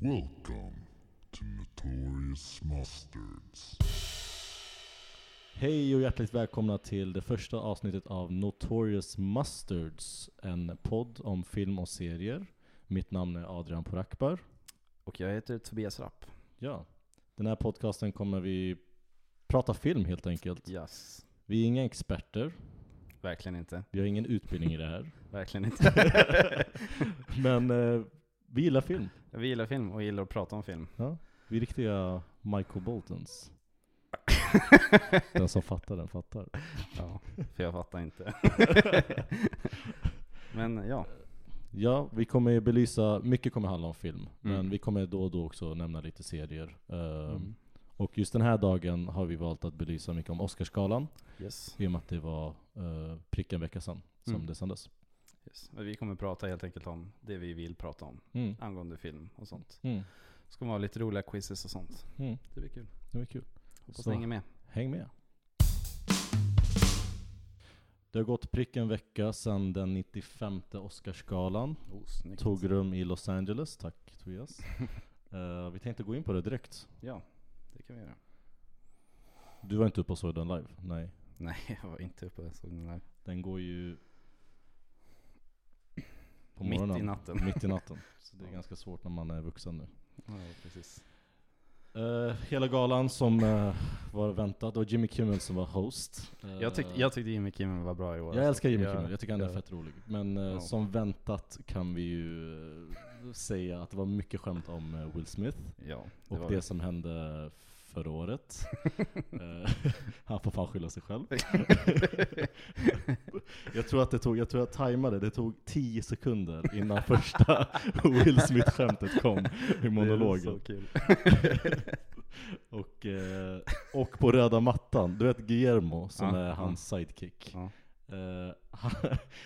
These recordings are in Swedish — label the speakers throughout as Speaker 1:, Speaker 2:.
Speaker 1: Welcome to Notorious Mustards.
Speaker 2: Hej och hjärtligt välkomna till det första avsnittet av Notorious Mustards, en podd om film och serier. Mitt namn är Adrian Porakbar.
Speaker 3: Och jag heter Tobias Rapp.
Speaker 2: Ja, den här podcasten kommer vi prata film helt enkelt.
Speaker 3: Yes.
Speaker 2: Vi är inga experter,
Speaker 3: Verkligen inte.
Speaker 2: vi har ingen utbildning i det här.
Speaker 3: Verkligen inte.
Speaker 2: Men eh, vi gillar film.
Speaker 3: vi gillar film och gillar att prata om film.
Speaker 2: Vi är riktiga Michael Boltons. Den som fattar, den fattar.
Speaker 3: ja, för jag fattar inte. Men ja,
Speaker 2: Ja, vi kommer ju belysa, mycket kommer handla om film, men
Speaker 3: Mm.
Speaker 2: vi kommer då och då också nämna lite serier. Ehm,
Speaker 3: Mm.
Speaker 2: Och just den här dagen har vi valt att belysa mycket om Oscarsgalan,
Speaker 3: yes.
Speaker 2: i och med att det var eh, prick en vecka sedan som
Speaker 3: Mm.
Speaker 2: det sändes.
Speaker 3: yes. Men Vi kommer prata helt enkelt om det vi vill prata om
Speaker 2: Mm.
Speaker 3: angående film och sånt.
Speaker 2: Mm.
Speaker 3: Så kommer vi ha lite roliga quizzes och sånt.
Speaker 2: Mm.
Speaker 3: Det blir kul.
Speaker 2: Det var kul.
Speaker 3: Hoppas
Speaker 2: Så.
Speaker 3: ni hänger med.
Speaker 2: Häng med! Det har gått prick en vecka sedan den 95 Oscarsgalan
Speaker 3: Oh, snyggt.
Speaker 2: tog rum i Los Angeles. Tack Tobias. Eh, vi tänkte gå in på det direkt.
Speaker 3: Ja, det kan vi göra.
Speaker 2: Du var inte uppe och såg den live? Nej.
Speaker 3: Nej, jag var inte uppe och såg den där.
Speaker 2: Den går ju på
Speaker 3: Mitt
Speaker 2: morgonen.
Speaker 3: i natten.
Speaker 2: Mitt i natten. Så det är
Speaker 3: Ja.
Speaker 2: ganska svårt när man är vuxen nu.
Speaker 3: Ja, precis.
Speaker 2: Eh, hela galan som eh, var väntad, och Jimmy Kimmel som var host. Eh,
Speaker 3: Jag, tyck, jag tyckte Jimmy Kimmel var bra i år.
Speaker 2: jag
Speaker 3: alltså.
Speaker 2: älskar Jimmy
Speaker 3: Jag-
Speaker 2: Kimmel, jag tycker han är
Speaker 3: jag-
Speaker 2: fett rolig. Men eh,
Speaker 3: Ja.
Speaker 2: som väntat kan vi ju eh, säga att det var mycket skämt om eh, Will Smith
Speaker 3: Ja, det
Speaker 2: och
Speaker 3: var
Speaker 2: det, som hände förra året. Eh, han får fan skylla sig själv. jag tror att det tog, jag tror jag tajmade, det tog 10 sekunder innan första Will Smith-skämtet kom i
Speaker 3: Det är
Speaker 2: monologen.
Speaker 3: så kul.
Speaker 2: Och, eh, och på röda mattan, du vet Guillermo som
Speaker 3: Ja,
Speaker 2: är
Speaker 3: ja.
Speaker 2: hans sidekick.
Speaker 3: Ja.
Speaker 2: Eh, han,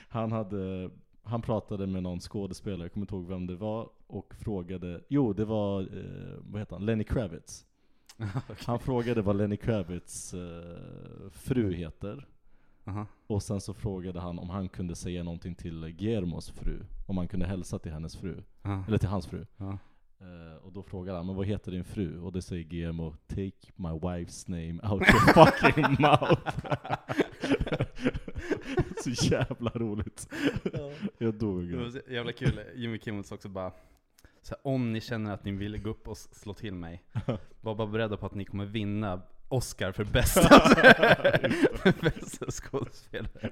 Speaker 2: han, hade, han pratade med någon skådespelare, jag kommer inte ihåg vem det var, och frågade, jo det var, eh, vad heter han, Lenny Kravitz. Han frågade vad Lenny Kravitz eh, fru heter.
Speaker 3: Aha.
Speaker 2: Och sen så frågade han om han kunde säga någonting till Guillermos fru. Om han kunde hälsa till hennes fru.
Speaker 3: Ja.
Speaker 2: Eller till hans fru.
Speaker 3: Ja.
Speaker 2: Eh, och då frågar han, men vad heter din fru? Och det säger GMO, take my wife's name out your fucking mouth. så jävla roligt. Jag
Speaker 3: Det var
Speaker 2: dog.
Speaker 3: så jävla kul, Jimmy Kimmel sa också bara så här, Om ni känner att ni vill gå upp och s- slå till mig, var bara beredda på att ni kommer vinna Oscar för bästa, bästa skådespelare.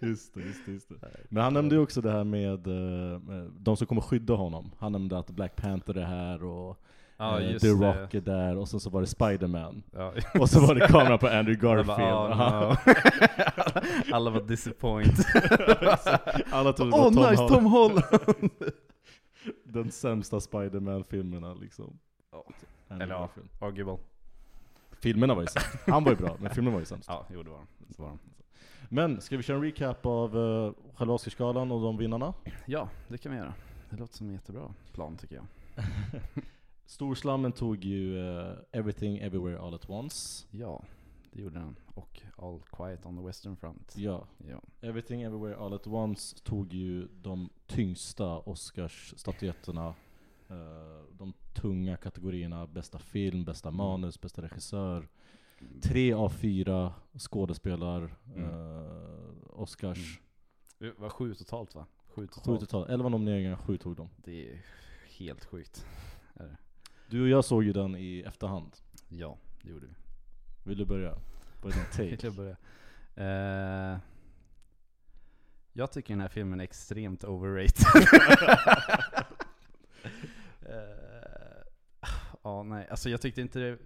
Speaker 2: Just det, just det, just det. Men han nämnde ju också det här med eh, de som kommer skydda honom. Han nämnde att Black Panther är här och
Speaker 3: Ja,
Speaker 2: eh,
Speaker 3: just
Speaker 2: The
Speaker 3: det.
Speaker 2: Rock är där och sen så var det Spiderman.
Speaker 3: Ja.
Speaker 2: Och så var det kamera på Andrew
Speaker 3: Jag
Speaker 2: Garfield.
Speaker 3: bara, ah, no. Alla var disappointed.
Speaker 2: Alla trodde det var
Speaker 3: Åh
Speaker 2: Tom
Speaker 3: nice,
Speaker 2: Holland.
Speaker 3: Tom Holland!
Speaker 2: Den sämsta Spiderman-filmerna liksom.
Speaker 3: Ja.
Speaker 2: Andrew
Speaker 3: Eller ja.
Speaker 2: Garfield.
Speaker 3: Arguable.
Speaker 2: Filmerna var ju sämst. Han var ju bra, men filmen var ju sämst.
Speaker 3: Ja, jo det var de. Det var de.
Speaker 2: Men ska vi köra en recap av uh, själva Oscarsgalan och de vinnarna?
Speaker 3: Ja, det kan vi göra. Det låter som en jättebra plan tycker jag.
Speaker 2: Storslammen tog ju eh, Everything Everywhere All At Once.
Speaker 3: Ja, det gjorde den. Och All Quiet on the Western Front.
Speaker 2: Ja,
Speaker 3: Ja.
Speaker 2: Everything Everywhere All At Once tog ju de tyngsta Oscarsstatyetterna. eh, de tunga kategorierna bästa film, bästa manus, bästa regissör. Tre av fyra skådespelar,
Speaker 3: Mm.
Speaker 2: eh, Oscars.
Speaker 3: Det var sju totalt va? Sju totalt.
Speaker 2: Sju totalt, elva nomineringar, sju tog de.
Speaker 3: Det är helt sjukt. Är det?
Speaker 2: Du och jag såg ju den i efterhand.
Speaker 3: Ja, det gjorde vi.
Speaker 2: Vill du börja? På din take?
Speaker 3: Jag, börja. Eh, jag tycker den här filmen är extremt overrated. Eh, Ja, nej. Alltså jag tyckte inte det...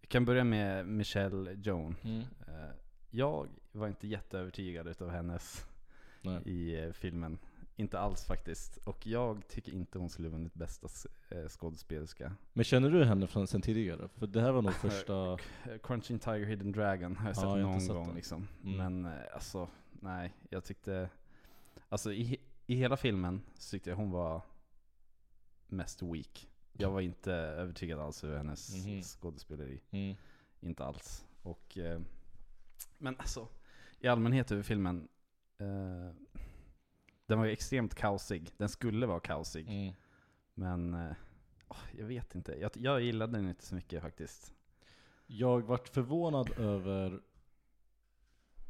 Speaker 3: Vi kan börja med Michelle Joan.
Speaker 2: Mm.
Speaker 3: Eh, Jag var inte jätteövertygad utav hennes
Speaker 2: Nej.
Speaker 3: i eh, filmen. Inte alls faktiskt. Och jag tycker inte hon skulle vunnit bästa s- eh, skådespelerska.
Speaker 2: Men känner du henne från sen tidigare? För det här var nog första...
Speaker 3: Eh, Crunching Tiger Hidden Dragon har jag sett
Speaker 2: Ja, jag har
Speaker 3: någon
Speaker 2: inte sett
Speaker 3: gång
Speaker 2: den.
Speaker 3: liksom.
Speaker 2: Mm.
Speaker 3: Men eh, alltså, nej. Jag tyckte... Alltså i, he- i hela filmen så tyckte jag hon var mest weak. Jag var inte övertygad alls över hennes
Speaker 2: Mhm.
Speaker 3: skådespeleri.
Speaker 2: Mm.
Speaker 3: Inte alls. Och, eh, men alltså, i allmänhet över filmen. Eh, den var ju extremt kaosig. Den skulle vara kaosig.
Speaker 2: Mm.
Speaker 3: Men eh, åh, jag vet inte. Jag, jag gillade den inte så mycket faktiskt.
Speaker 2: Jag vart förvånad över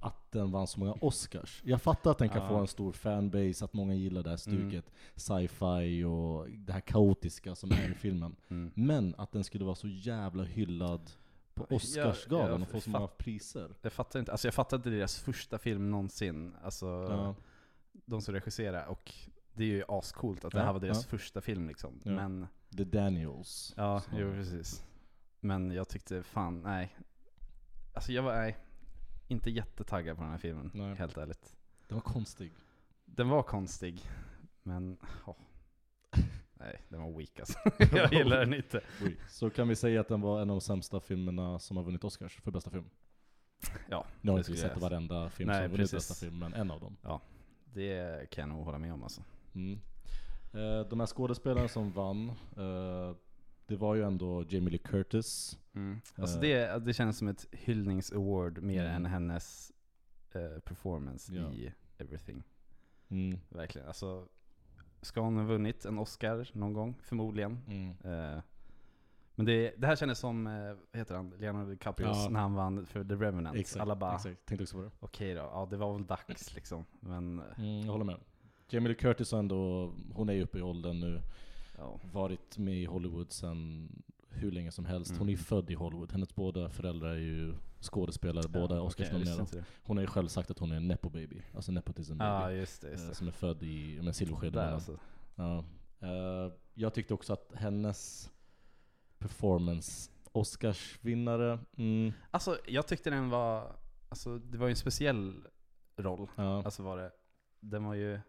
Speaker 2: att den vann så många Oscars. Jag fattar att den kan
Speaker 3: Ja. Mm.
Speaker 2: få en stor fanbase, att många gillar det här stuket, sci-fi och det här kaotiska som är i filmen.
Speaker 3: Mm.
Speaker 2: Men att den skulle vara så jävla hyllad på
Speaker 3: Jag-
Speaker 2: Oscarsgalan
Speaker 3: jag
Speaker 2: och få så
Speaker 3: fatt-
Speaker 2: många priser.
Speaker 3: Jag fattar inte. Alltså jag fattar inte deras första film någonsin. Alltså
Speaker 2: Ja.
Speaker 3: de som regisserar och det är ju ascoolt att det
Speaker 2: Ja,
Speaker 3: här var deras
Speaker 2: ja.
Speaker 3: första film liksom.
Speaker 2: Ja.
Speaker 3: Men
Speaker 2: The Daniels.
Speaker 3: Ja,
Speaker 2: Så-
Speaker 3: jo precis. Men jag tyckte fan, nej. Alltså jag var, nej. Inte jättetaggad på den här filmen,
Speaker 2: Nej.
Speaker 3: helt ärligt.
Speaker 2: Den var konstig.
Speaker 3: Den var konstig, men ja. Nej, den var weak alltså. jag gillar den inte.
Speaker 2: Oj. Så kan vi säga att den var en av de sämsta filmerna som har vunnit Oscars för bästa film?
Speaker 3: Ja,
Speaker 2: Nu har
Speaker 3: det
Speaker 2: inte vi
Speaker 3: skulle
Speaker 2: sett
Speaker 3: jag-
Speaker 2: varenda film
Speaker 3: Nej,
Speaker 2: som har vunnit
Speaker 3: precis.
Speaker 2: bästa film, men en av dem.
Speaker 3: Det kan jag nog hålla med om alltså.
Speaker 2: Mm. Eh, de här skådespelarna som vann, eh, det var ju ändå Jamie Lee Curtis.
Speaker 3: Alltså
Speaker 2: Eh.
Speaker 3: det, det känns som ett hyllningsaward mer
Speaker 2: Mm.
Speaker 3: än hennes eh, performance
Speaker 2: Ja.
Speaker 3: i Everything.
Speaker 2: Mm.
Speaker 3: Verkligen. Alltså, ska hon ha vunnit en Oscar någon gång? Förmodligen.
Speaker 2: Mm.
Speaker 3: Eh, Men det, det här kändes som, eh, vad heter han, Leonardo DiCaprio
Speaker 2: Ja.
Speaker 3: när han vann för The Revenant. Alla bara, okej
Speaker 2: exakt. Tänkte också på det.
Speaker 3: då, ja det var väl dags liksom. Men eh,
Speaker 2: Mm, jag håller med. Jamie Lee Curtis har ändå, hon är ju uppe i åldern nu,
Speaker 3: ja,
Speaker 2: varit med i Hollywood sedan hur länge som helst. Hon är ju
Speaker 3: Mm.
Speaker 2: född i Hollywood, hennes båda föräldrar är ju skådespelare, båda är
Speaker 3: ja, okej, jag visste
Speaker 2: Oscarsnominerade.
Speaker 3: inte det.
Speaker 2: hon har ju själv sagt att hon är en nepo baby, alltså nepotism
Speaker 3: Ja
Speaker 2: baby.
Speaker 3: just det,
Speaker 2: eh,
Speaker 3: just
Speaker 2: som är född i ja, men
Speaker 3: det.
Speaker 2: silverskeden.
Speaker 3: Där,
Speaker 2: mellan-
Speaker 3: alltså.
Speaker 2: Ja. Eh, jag tyckte också att hennes performance, Oscarsvinnare, mm,
Speaker 3: alltså jag tyckte den var, alltså det var ju en speciell roll.
Speaker 2: ja.
Speaker 3: Alltså var det, den var ju,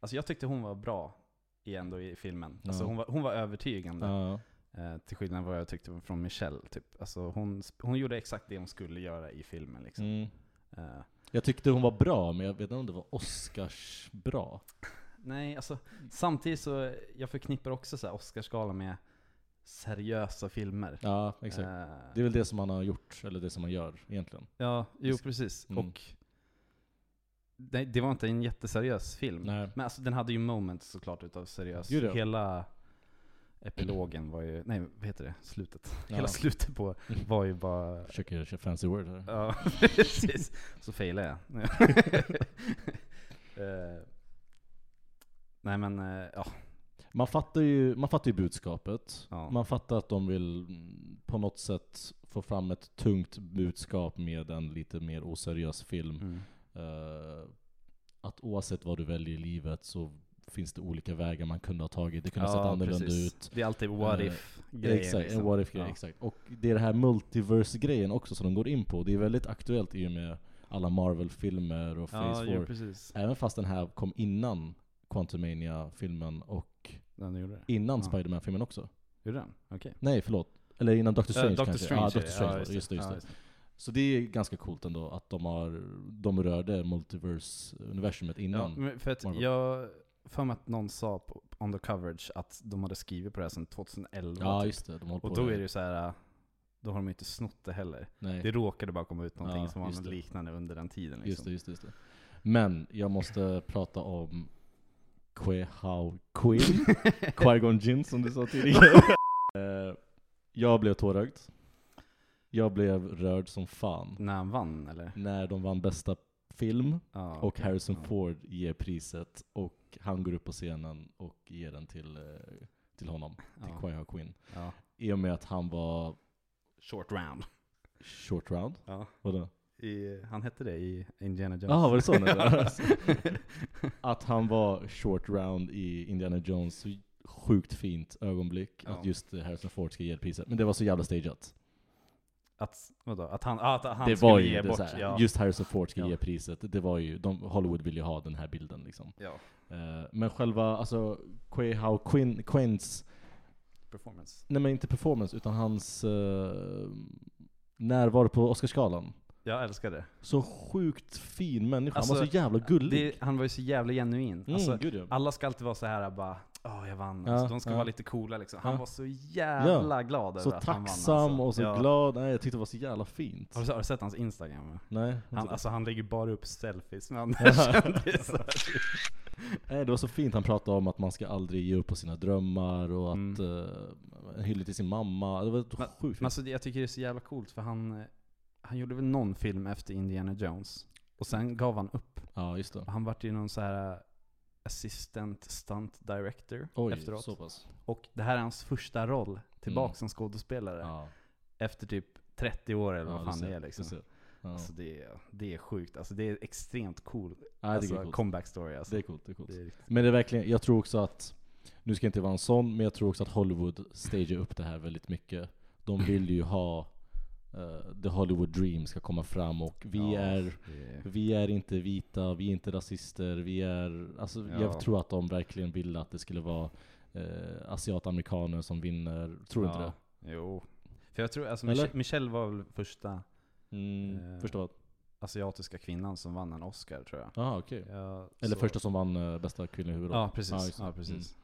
Speaker 3: alltså jag tyckte hon var bra i- ändå i filmen. Alltså
Speaker 2: Ja.
Speaker 3: hon var, hon var övertygande.
Speaker 2: ja.
Speaker 3: Eh, till skillnad från vad jag tyckte från Michelle typ. Alltså hon, sp- hon gjorde exakt det hon skulle göra i filmen liksom.
Speaker 2: Mm.
Speaker 3: Eh,
Speaker 2: Jag tyckte hon var bra, men jag vet inte om det var Oscars bra.
Speaker 3: Nej, alltså samtidigt så, jag förknippar också så här Oscarsgalan med seriösa filmer.
Speaker 2: Ja, exakt.
Speaker 3: Eh,
Speaker 2: Det är väl det som man har gjort, eller det som man gör egentligen.
Speaker 3: ja, jo precis.
Speaker 2: Mm.
Speaker 3: Och det, det var inte en jätteseriös film.
Speaker 2: Nej.
Speaker 3: Men alltså den hade ju moments såklart utav seriös.
Speaker 2: Jo, det.
Speaker 3: Hela epilogen var ju, nej vad heter det? Slutet.
Speaker 2: Ja.
Speaker 3: Hela slutet på var ju bara
Speaker 2: Försöker köra fancy word här.
Speaker 3: Ja, precis. Så failar jag. Eh, nej men, eh, ja.
Speaker 2: Man fattar ju, man fattar ju budskapet.
Speaker 3: Ja.
Speaker 2: Man fattar att de vill mm, på något sätt få fram ett tungt budskap med en lite mer oseriös film.
Speaker 3: Mm.
Speaker 2: Eh, att oavsett vad du väljer i livet så finns det olika vägar man kunde ha tagit. Det kunde ha
Speaker 3: Ja,
Speaker 2: sett annorlunda
Speaker 3: precis.
Speaker 2: ut.
Speaker 3: Det är alltid what
Speaker 2: Eh,
Speaker 3: if-grejen.
Speaker 2: exakt,
Speaker 3: liksom.
Speaker 2: en what if-grej.
Speaker 3: Ja.
Speaker 2: Exakt. Och det är det här multiverse-grejen också som de går in på. Det är väldigt aktuellt i och med alla Marvel-filmer och Phase 4.
Speaker 3: precis.
Speaker 2: Även fast den här kom innan Quantumania-filmen och
Speaker 3: Den gjorde det?
Speaker 2: innan
Speaker 3: Ja.
Speaker 2: Spider-Man-filmen också.
Speaker 3: Gjorde den? Okej.
Speaker 2: Nej, förlåt. Eller innan Doctor Strange
Speaker 3: Eh, Doctor
Speaker 2: kanske.
Speaker 3: Strange,
Speaker 2: ja, Doctor Strange.
Speaker 3: ja,
Speaker 2: var det. just det, just
Speaker 3: Ja,
Speaker 2: det. Så det är ganska coolt ändå att de, har, de rörde multiverse-universumet
Speaker 3: Ja,
Speaker 2: innan.
Speaker 3: men för att
Speaker 2: Marvel.
Speaker 3: jag för mig att någon sa på, on the coverage att de hade skrivit på det här sedan 2011.
Speaker 2: Ja
Speaker 3: typ.
Speaker 2: just det, de håller
Speaker 3: Och
Speaker 2: på
Speaker 3: då är det ju så här. eh, då har de ju inte snott det heller.
Speaker 2: Nej,
Speaker 3: Det råkade bara komma ut någonting
Speaker 2: Ja,
Speaker 3: som var
Speaker 2: just
Speaker 3: något
Speaker 2: det.
Speaker 3: liknande under den tiden. Liksom.
Speaker 2: just det, just det, just det. Men jag måste prata om Kwe Hao Quinn, Qui-Gon Jinn som du sa tidigare. Eh, jag blev tårögd. Jag blev rörd som fan.
Speaker 3: När han vann eller?
Speaker 2: När de vann bästa film
Speaker 3: Ja,
Speaker 2: och
Speaker 3: okej.
Speaker 2: Harrison
Speaker 3: Ja.
Speaker 2: Ford ger priset och han går upp på scenen och ger den till, eh, till honom, till
Speaker 3: Ja.
Speaker 2: Kwe Hao Quinn.
Speaker 3: Ja.
Speaker 2: I och med att han var
Speaker 3: Short round.
Speaker 2: short round.
Speaker 3: Ja.
Speaker 2: Vadå?
Speaker 3: I, han hette det i Indiana Jones.
Speaker 2: Jaha, var det så? nu? att han var short round i Indiana Jones, så sjukt fint ögonblick.
Speaker 3: Ja.
Speaker 2: Att just eh, Harrison Ford ska ge priset. Men det var så jävla stageat.
Speaker 3: att, vadå? Att han, ah, att han
Speaker 2: Det
Speaker 3: skulle
Speaker 2: var ju
Speaker 3: ge
Speaker 2: det
Speaker 3: bort.
Speaker 2: såhär,
Speaker 3: ja.
Speaker 2: just Harrison Ford ska
Speaker 3: Ja.
Speaker 2: ge priset. Det var ju, de, Hollywood vill ju ha den här bilden liksom.
Speaker 3: ja.
Speaker 2: Eh, men själva, alltså, Quay How Quinn, Quinns,
Speaker 3: Performance.
Speaker 2: nej men inte performance, utan hans eh, närvaro på Oscarsgalan.
Speaker 3: Jag älskar det.
Speaker 2: Så sjukt fin människa, han var
Speaker 3: Alltså,
Speaker 2: så jävla gullig.
Speaker 3: det. Han var ju så jävla genuin.
Speaker 2: mm,
Speaker 3: Alltså,
Speaker 2: gud, ja.
Speaker 3: alla ska alltid vara så här bara Åh jag vann.
Speaker 2: Ja,
Speaker 3: alltså, de ska
Speaker 2: ja.
Speaker 3: vara lite coola liksom. Han
Speaker 2: Ja.
Speaker 3: var så jävla glad över
Speaker 2: Så
Speaker 3: att han vann.
Speaker 2: tacksam
Speaker 3: alltså.
Speaker 2: och så
Speaker 3: Ja.
Speaker 2: glad. Nej, jag tyckte det var så jävla fint.
Speaker 3: Har du, har du sett hans Instagram?
Speaker 2: Nej.
Speaker 3: Han,
Speaker 2: inte.
Speaker 3: alltså han lägger bara upp selfies med andra kändisar.
Speaker 2: Nej, det var så fint. Han pratade om att man ska aldrig ge upp på sina drömmar och att
Speaker 3: Mm.
Speaker 2: eh, en hyllning till sin mamma. Det var
Speaker 3: Men-
Speaker 2: sjukt
Speaker 3: Men
Speaker 2: fint.
Speaker 3: alltså, det- jag tycker det är så jävla coolt för han, eh, han gjorde väl någon film efter Indiana Jones. Och sen gav han upp.
Speaker 2: Ja, just det.
Speaker 3: Han vart ju någon så här eh, assistant stunt director
Speaker 2: Oj,
Speaker 3: efteråt.
Speaker 2: så pass.
Speaker 3: Och det här är hans första roll tillbaka
Speaker 2: Mm.
Speaker 3: som skådespelare.
Speaker 2: Ja,
Speaker 3: Efter typ 30 år eller
Speaker 2: ja,
Speaker 3: vad
Speaker 2: du
Speaker 3: fan
Speaker 2: ser,
Speaker 3: det är
Speaker 2: du
Speaker 3: liksom.
Speaker 2: ser. Ja.
Speaker 3: Alltså det, är- det är sjukt. Alltså det är extremt cool
Speaker 2: Nej, det, är
Speaker 3: alltså,
Speaker 2: coolt.
Speaker 3: comeback story. Alltså.
Speaker 2: det är coolt. Det är coolt.
Speaker 3: Det är riktigt-
Speaker 2: Men det är verkligen, jag tror också att, nu ska jag inte vara en sån, men jag tror också att Hollywood stagear upp det här väldigt mycket. De vill ju ha eh, the Hollywood dream ska komma fram och vi
Speaker 3: Ja,
Speaker 2: är
Speaker 3: det är-
Speaker 2: vi är inte vita, vi är inte rasister, vi är... Alltså
Speaker 3: Ja.
Speaker 2: jag tror att de verkligen ville att det skulle vara eh, asiatamerikaner som vinner. Tror du inte
Speaker 3: ja.
Speaker 2: det?
Speaker 3: Jo. För jag tror, alltså
Speaker 2: Eller?
Speaker 3: Michelle, Michelle var väl första
Speaker 2: Mm,
Speaker 3: Eh.
Speaker 2: Första vad?
Speaker 3: asiatiska kvinnan som vann en Oscar tror jag.
Speaker 2: Jaha Ah, okej.
Speaker 3: Ja,
Speaker 2: Eller
Speaker 3: så-
Speaker 2: första som vann eh, bästa kvinnliga huvudroll.
Speaker 3: Ja
Speaker 2: Ja,
Speaker 3: precis.
Speaker 2: just det. Mm.
Speaker 3: Ja, precis.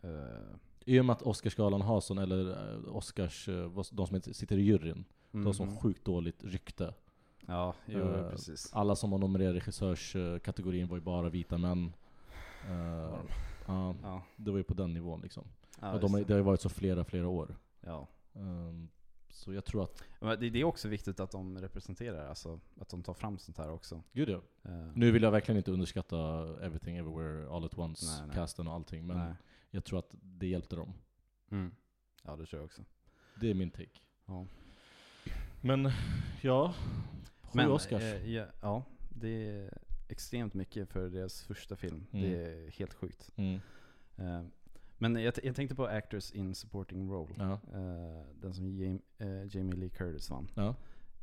Speaker 3: Eh, eh,
Speaker 2: I och med att Oscarsgalan har sån, eller eh, Oscars, eh, vad- de som sitter i juryn, de har sån
Speaker 3: mhm.
Speaker 2: sjukt dåligt rykte.
Speaker 3: mm. Ja, jo,
Speaker 2: Eh,
Speaker 3: precis.
Speaker 2: Alla som var nominerade i regissörskategorin var ju bara vita män. Eh,
Speaker 3: de.
Speaker 2: ja,
Speaker 3: Ja,
Speaker 2: det var ju på den nivån liksom.
Speaker 3: ja,
Speaker 2: och
Speaker 3: just
Speaker 2: de, har-
Speaker 3: det.
Speaker 2: det har ju varit så flera, flera år.
Speaker 3: ja.
Speaker 2: Ehm, så jag tror att,
Speaker 3: Men det, det är också viktigt att de representerar, alltså att de tar fram sånt här också.
Speaker 2: gud ja.
Speaker 3: Eh,
Speaker 2: Nu vill jag verkligen inte underskatta Everything Everywhere All At Once,
Speaker 3: Nej, nej.
Speaker 2: casten och allting. Men
Speaker 3: nej.
Speaker 2: jag tror att det hjälpte dem.
Speaker 3: Mm. Ja, det tror jag också.
Speaker 2: Det är min take.
Speaker 3: Ja.
Speaker 2: Men ja, sju Oscars.
Speaker 3: eh, ja, ja, det är extremt mycket för deras första film.
Speaker 2: Mm.
Speaker 3: Det är helt sjukt.
Speaker 2: mm.
Speaker 3: Eh, men jag, t- jag tänkte på Actors in Supporting Role.
Speaker 2: ja.
Speaker 3: Eh, den som Jam- eh, Jamie Lee Curtis vann.
Speaker 2: Ja.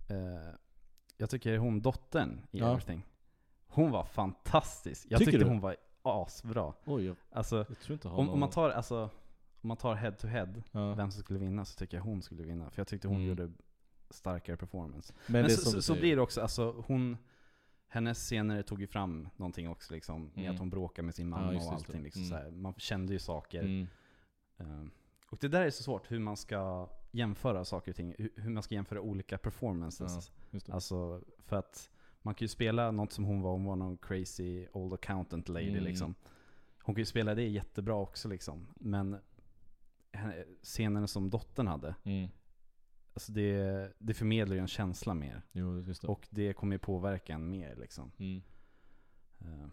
Speaker 3: Eh, jag tycker hon dottern i
Speaker 2: Ja.
Speaker 3: Everything, hon var fantastisk. Jag
Speaker 2: Tycker
Speaker 3: tyckte
Speaker 2: du?
Speaker 3: hon var asbra.
Speaker 2: Oj, jag,
Speaker 3: Alltså,
Speaker 2: jag tror inte jag har
Speaker 3: om,
Speaker 2: någon-
Speaker 3: om man tar alltså, om man tar head to head,
Speaker 2: ja. Men,
Speaker 3: vem som skulle vinna så tycker jag hon skulle vinna. För jag tyckte hon
Speaker 2: Mm.
Speaker 3: gjorde starkare performance.
Speaker 2: det
Speaker 3: Men,
Speaker 2: är
Speaker 3: så,
Speaker 2: som
Speaker 3: så,
Speaker 2: du
Speaker 3: så
Speaker 2: säger.
Speaker 3: blir det också, alltså hon, hennes scener tog ju fram någonting också liksom, med
Speaker 2: Mm.
Speaker 3: att hon bråkar med sin mamma
Speaker 2: Ja, just
Speaker 3: och
Speaker 2: det, just det.
Speaker 3: allting. Liksom,
Speaker 2: Mm.
Speaker 3: så här. Man kände ju saker.
Speaker 2: Mm.
Speaker 3: Eh, och det där är så svårt, hur man ska jämföra saker och ting. Hur, hur man ska jämföra olika performances.
Speaker 2: Just det.
Speaker 3: Alltså, för att man kan ju spela något som hon var, hon var någon crazy old accountant lady
Speaker 2: Mm.
Speaker 3: liksom. Hon kan ju spela det jättebra också liksom. Men henne- scenen som dottern hade,
Speaker 2: Mm.
Speaker 3: alltså det, det förmedlar ju en känsla mer.
Speaker 2: Jo, just det.
Speaker 3: Och det kommer ju påverka en mer liksom.
Speaker 2: Mm.
Speaker 3: Eh,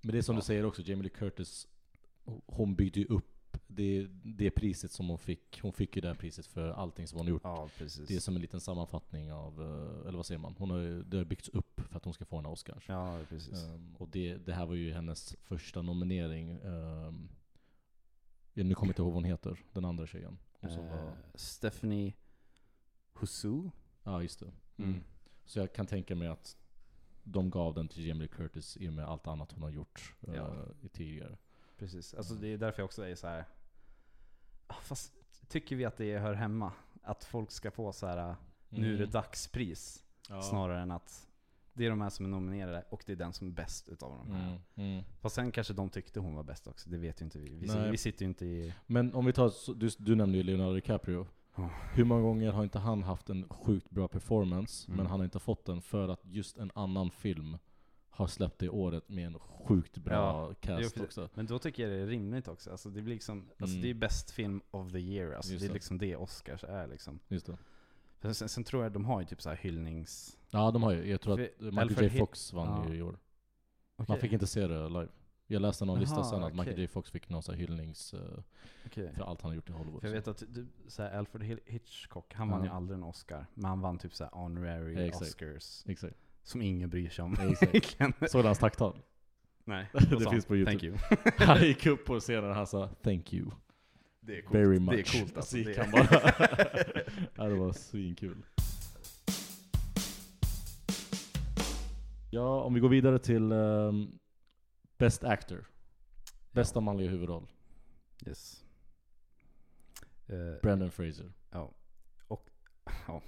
Speaker 2: Men det är som
Speaker 3: Ja.
Speaker 2: du säger också, Jamie Lee Curtis, hon byggde ju upp det, det priset som hon fick. Hon fick ju det här priset för allting som hon gjort.
Speaker 3: ja, precis.
Speaker 2: Det är som en liten sammanfattning av, eh, eller vad säger man? Hon har, ju- det har byggts upp för att hon ska få en Oscars.
Speaker 3: Ja, precis.
Speaker 2: Ehm, och det, det här var ju hennes första nominering. ehm, ja, nu kommer jag inte ihåg vad hon heter, den andra tjejen. Hon som
Speaker 3: Eh,
Speaker 2: var,
Speaker 3: Stephanie Husu.
Speaker 2: ja, just det. Mm. Så jag kan tänka mig att de gav den till Jamie Lee Curtis i och med allt annat hon har gjort eh,
Speaker 3: Ja.
Speaker 2: i tidigare.
Speaker 3: Precis, alltså
Speaker 2: Mm.
Speaker 3: det är därför jag också är så här. Ah, Fast tycker vi att det hör hemma? Att folk ska få så här ah, nu är det
Speaker 2: Mm.
Speaker 3: dagspris
Speaker 2: Ja.
Speaker 3: snarare än att det är de här som är nominerade och det är den som är bäst utav de här.
Speaker 2: Mm. Mm.
Speaker 3: Fast sen kanske de tyckte hon var bäst också, det vet ju inte vi. Vi,
Speaker 2: Nej.
Speaker 3: vi sitter ju inte i...
Speaker 2: Men om vi tar, så- du, du nämnde ju Leonardo DiCaprio.
Speaker 3: Ja.
Speaker 2: Hur många gånger har inte han haft en sjukt bra performance,
Speaker 3: Mm.
Speaker 2: men han har inte fått den för att just en annan film har släppt det året med en sjukt bra
Speaker 3: Jo,
Speaker 2: cast
Speaker 3: för-
Speaker 2: också.
Speaker 3: Men då tycker jag det är rimligt också. Alltså det blir liksom, alltså
Speaker 2: Mm.
Speaker 3: det är bäst film of the year. Alltså
Speaker 2: Just
Speaker 3: det är
Speaker 2: det.
Speaker 3: liksom det Oscars är liksom.
Speaker 2: Just det.
Speaker 3: För Sen, sen tror jag de har ju typ så här hyllnings...
Speaker 2: Ja, de har ju. Jag tror
Speaker 3: För
Speaker 2: att Michael
Speaker 3: Alfred
Speaker 2: J
Speaker 3: He-
Speaker 2: Fox vann
Speaker 3: Ja.
Speaker 2: ju i år. Man
Speaker 3: Okej,
Speaker 2: fick inte se det live. Jag läste någon lista
Speaker 3: Jaha,
Speaker 2: sen att Michael
Speaker 3: okej.
Speaker 2: J Fox fick någon sån här hyllnings eh,
Speaker 3: okej.
Speaker 2: för allt han har gjort i Hollywood.
Speaker 3: För jag vet att du, så här, Alfred Hil- Hitchcock, han vann
Speaker 2: Ja.
Speaker 3: ju aldrig en Oscar. Men han vann typ så här honorary
Speaker 2: Ja, exakt.
Speaker 3: Oscars.
Speaker 2: Exakt.
Speaker 3: Som ingen bryr sig om.
Speaker 2: Exakt.
Speaker 3: egentligen.
Speaker 2: Såg du hans tacktal?
Speaker 3: Nej,
Speaker 2: Det
Speaker 3: vad sa
Speaker 2: finns
Speaker 3: han?
Speaker 2: på YouTube.
Speaker 3: Thank you.
Speaker 2: Han gick upp på scenen och han sa 'Thank you'
Speaker 3: Det är coolt.
Speaker 2: very much.
Speaker 3: Det är coolt alltså.
Speaker 2: Så gick
Speaker 3: Det-
Speaker 2: han bara. Ja, det var svinkul. Ja, om vi går vidare till ehm, Best Actor. Bästa manliga huvudroll.
Speaker 3: yes. Eh,
Speaker 2: Brandon Fraser.
Speaker 3: ja. Och, ja.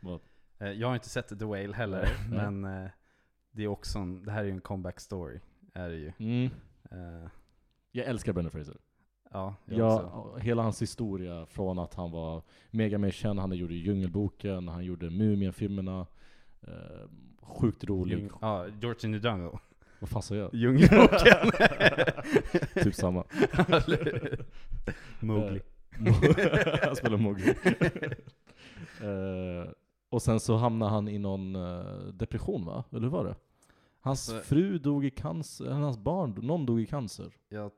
Speaker 2: Vad?
Speaker 3: Eh, jag har inte sett The Whale heller.
Speaker 2: Nej, nej.
Speaker 3: men eh, det är också en, det här är ju en comeback story. Är det ju.
Speaker 2: Mm.
Speaker 3: Eh,
Speaker 2: Jag älskar Brandon Fraser.
Speaker 3: ja, jag också.
Speaker 2: Ja, hela hans historia från att han var mega mer känd, han gjorde Djungelboken, han gjorde Mumien-filmerna. Eh, sjukt rolig.
Speaker 3: Jung- Ja, George in the Jungle.
Speaker 2: Vad fan sa jag?
Speaker 3: Djungelboken.
Speaker 2: Typ samma.
Speaker 3: Mowgli.
Speaker 2: Eh, Han spelar Mowgli. Eh, och sen så hamnade han i någon eh, depression va? Eller hur var det? Hans
Speaker 3: Alltså-
Speaker 2: fru dog i cancer, eller hans barn, någon dog i cancer.
Speaker 3: Jag...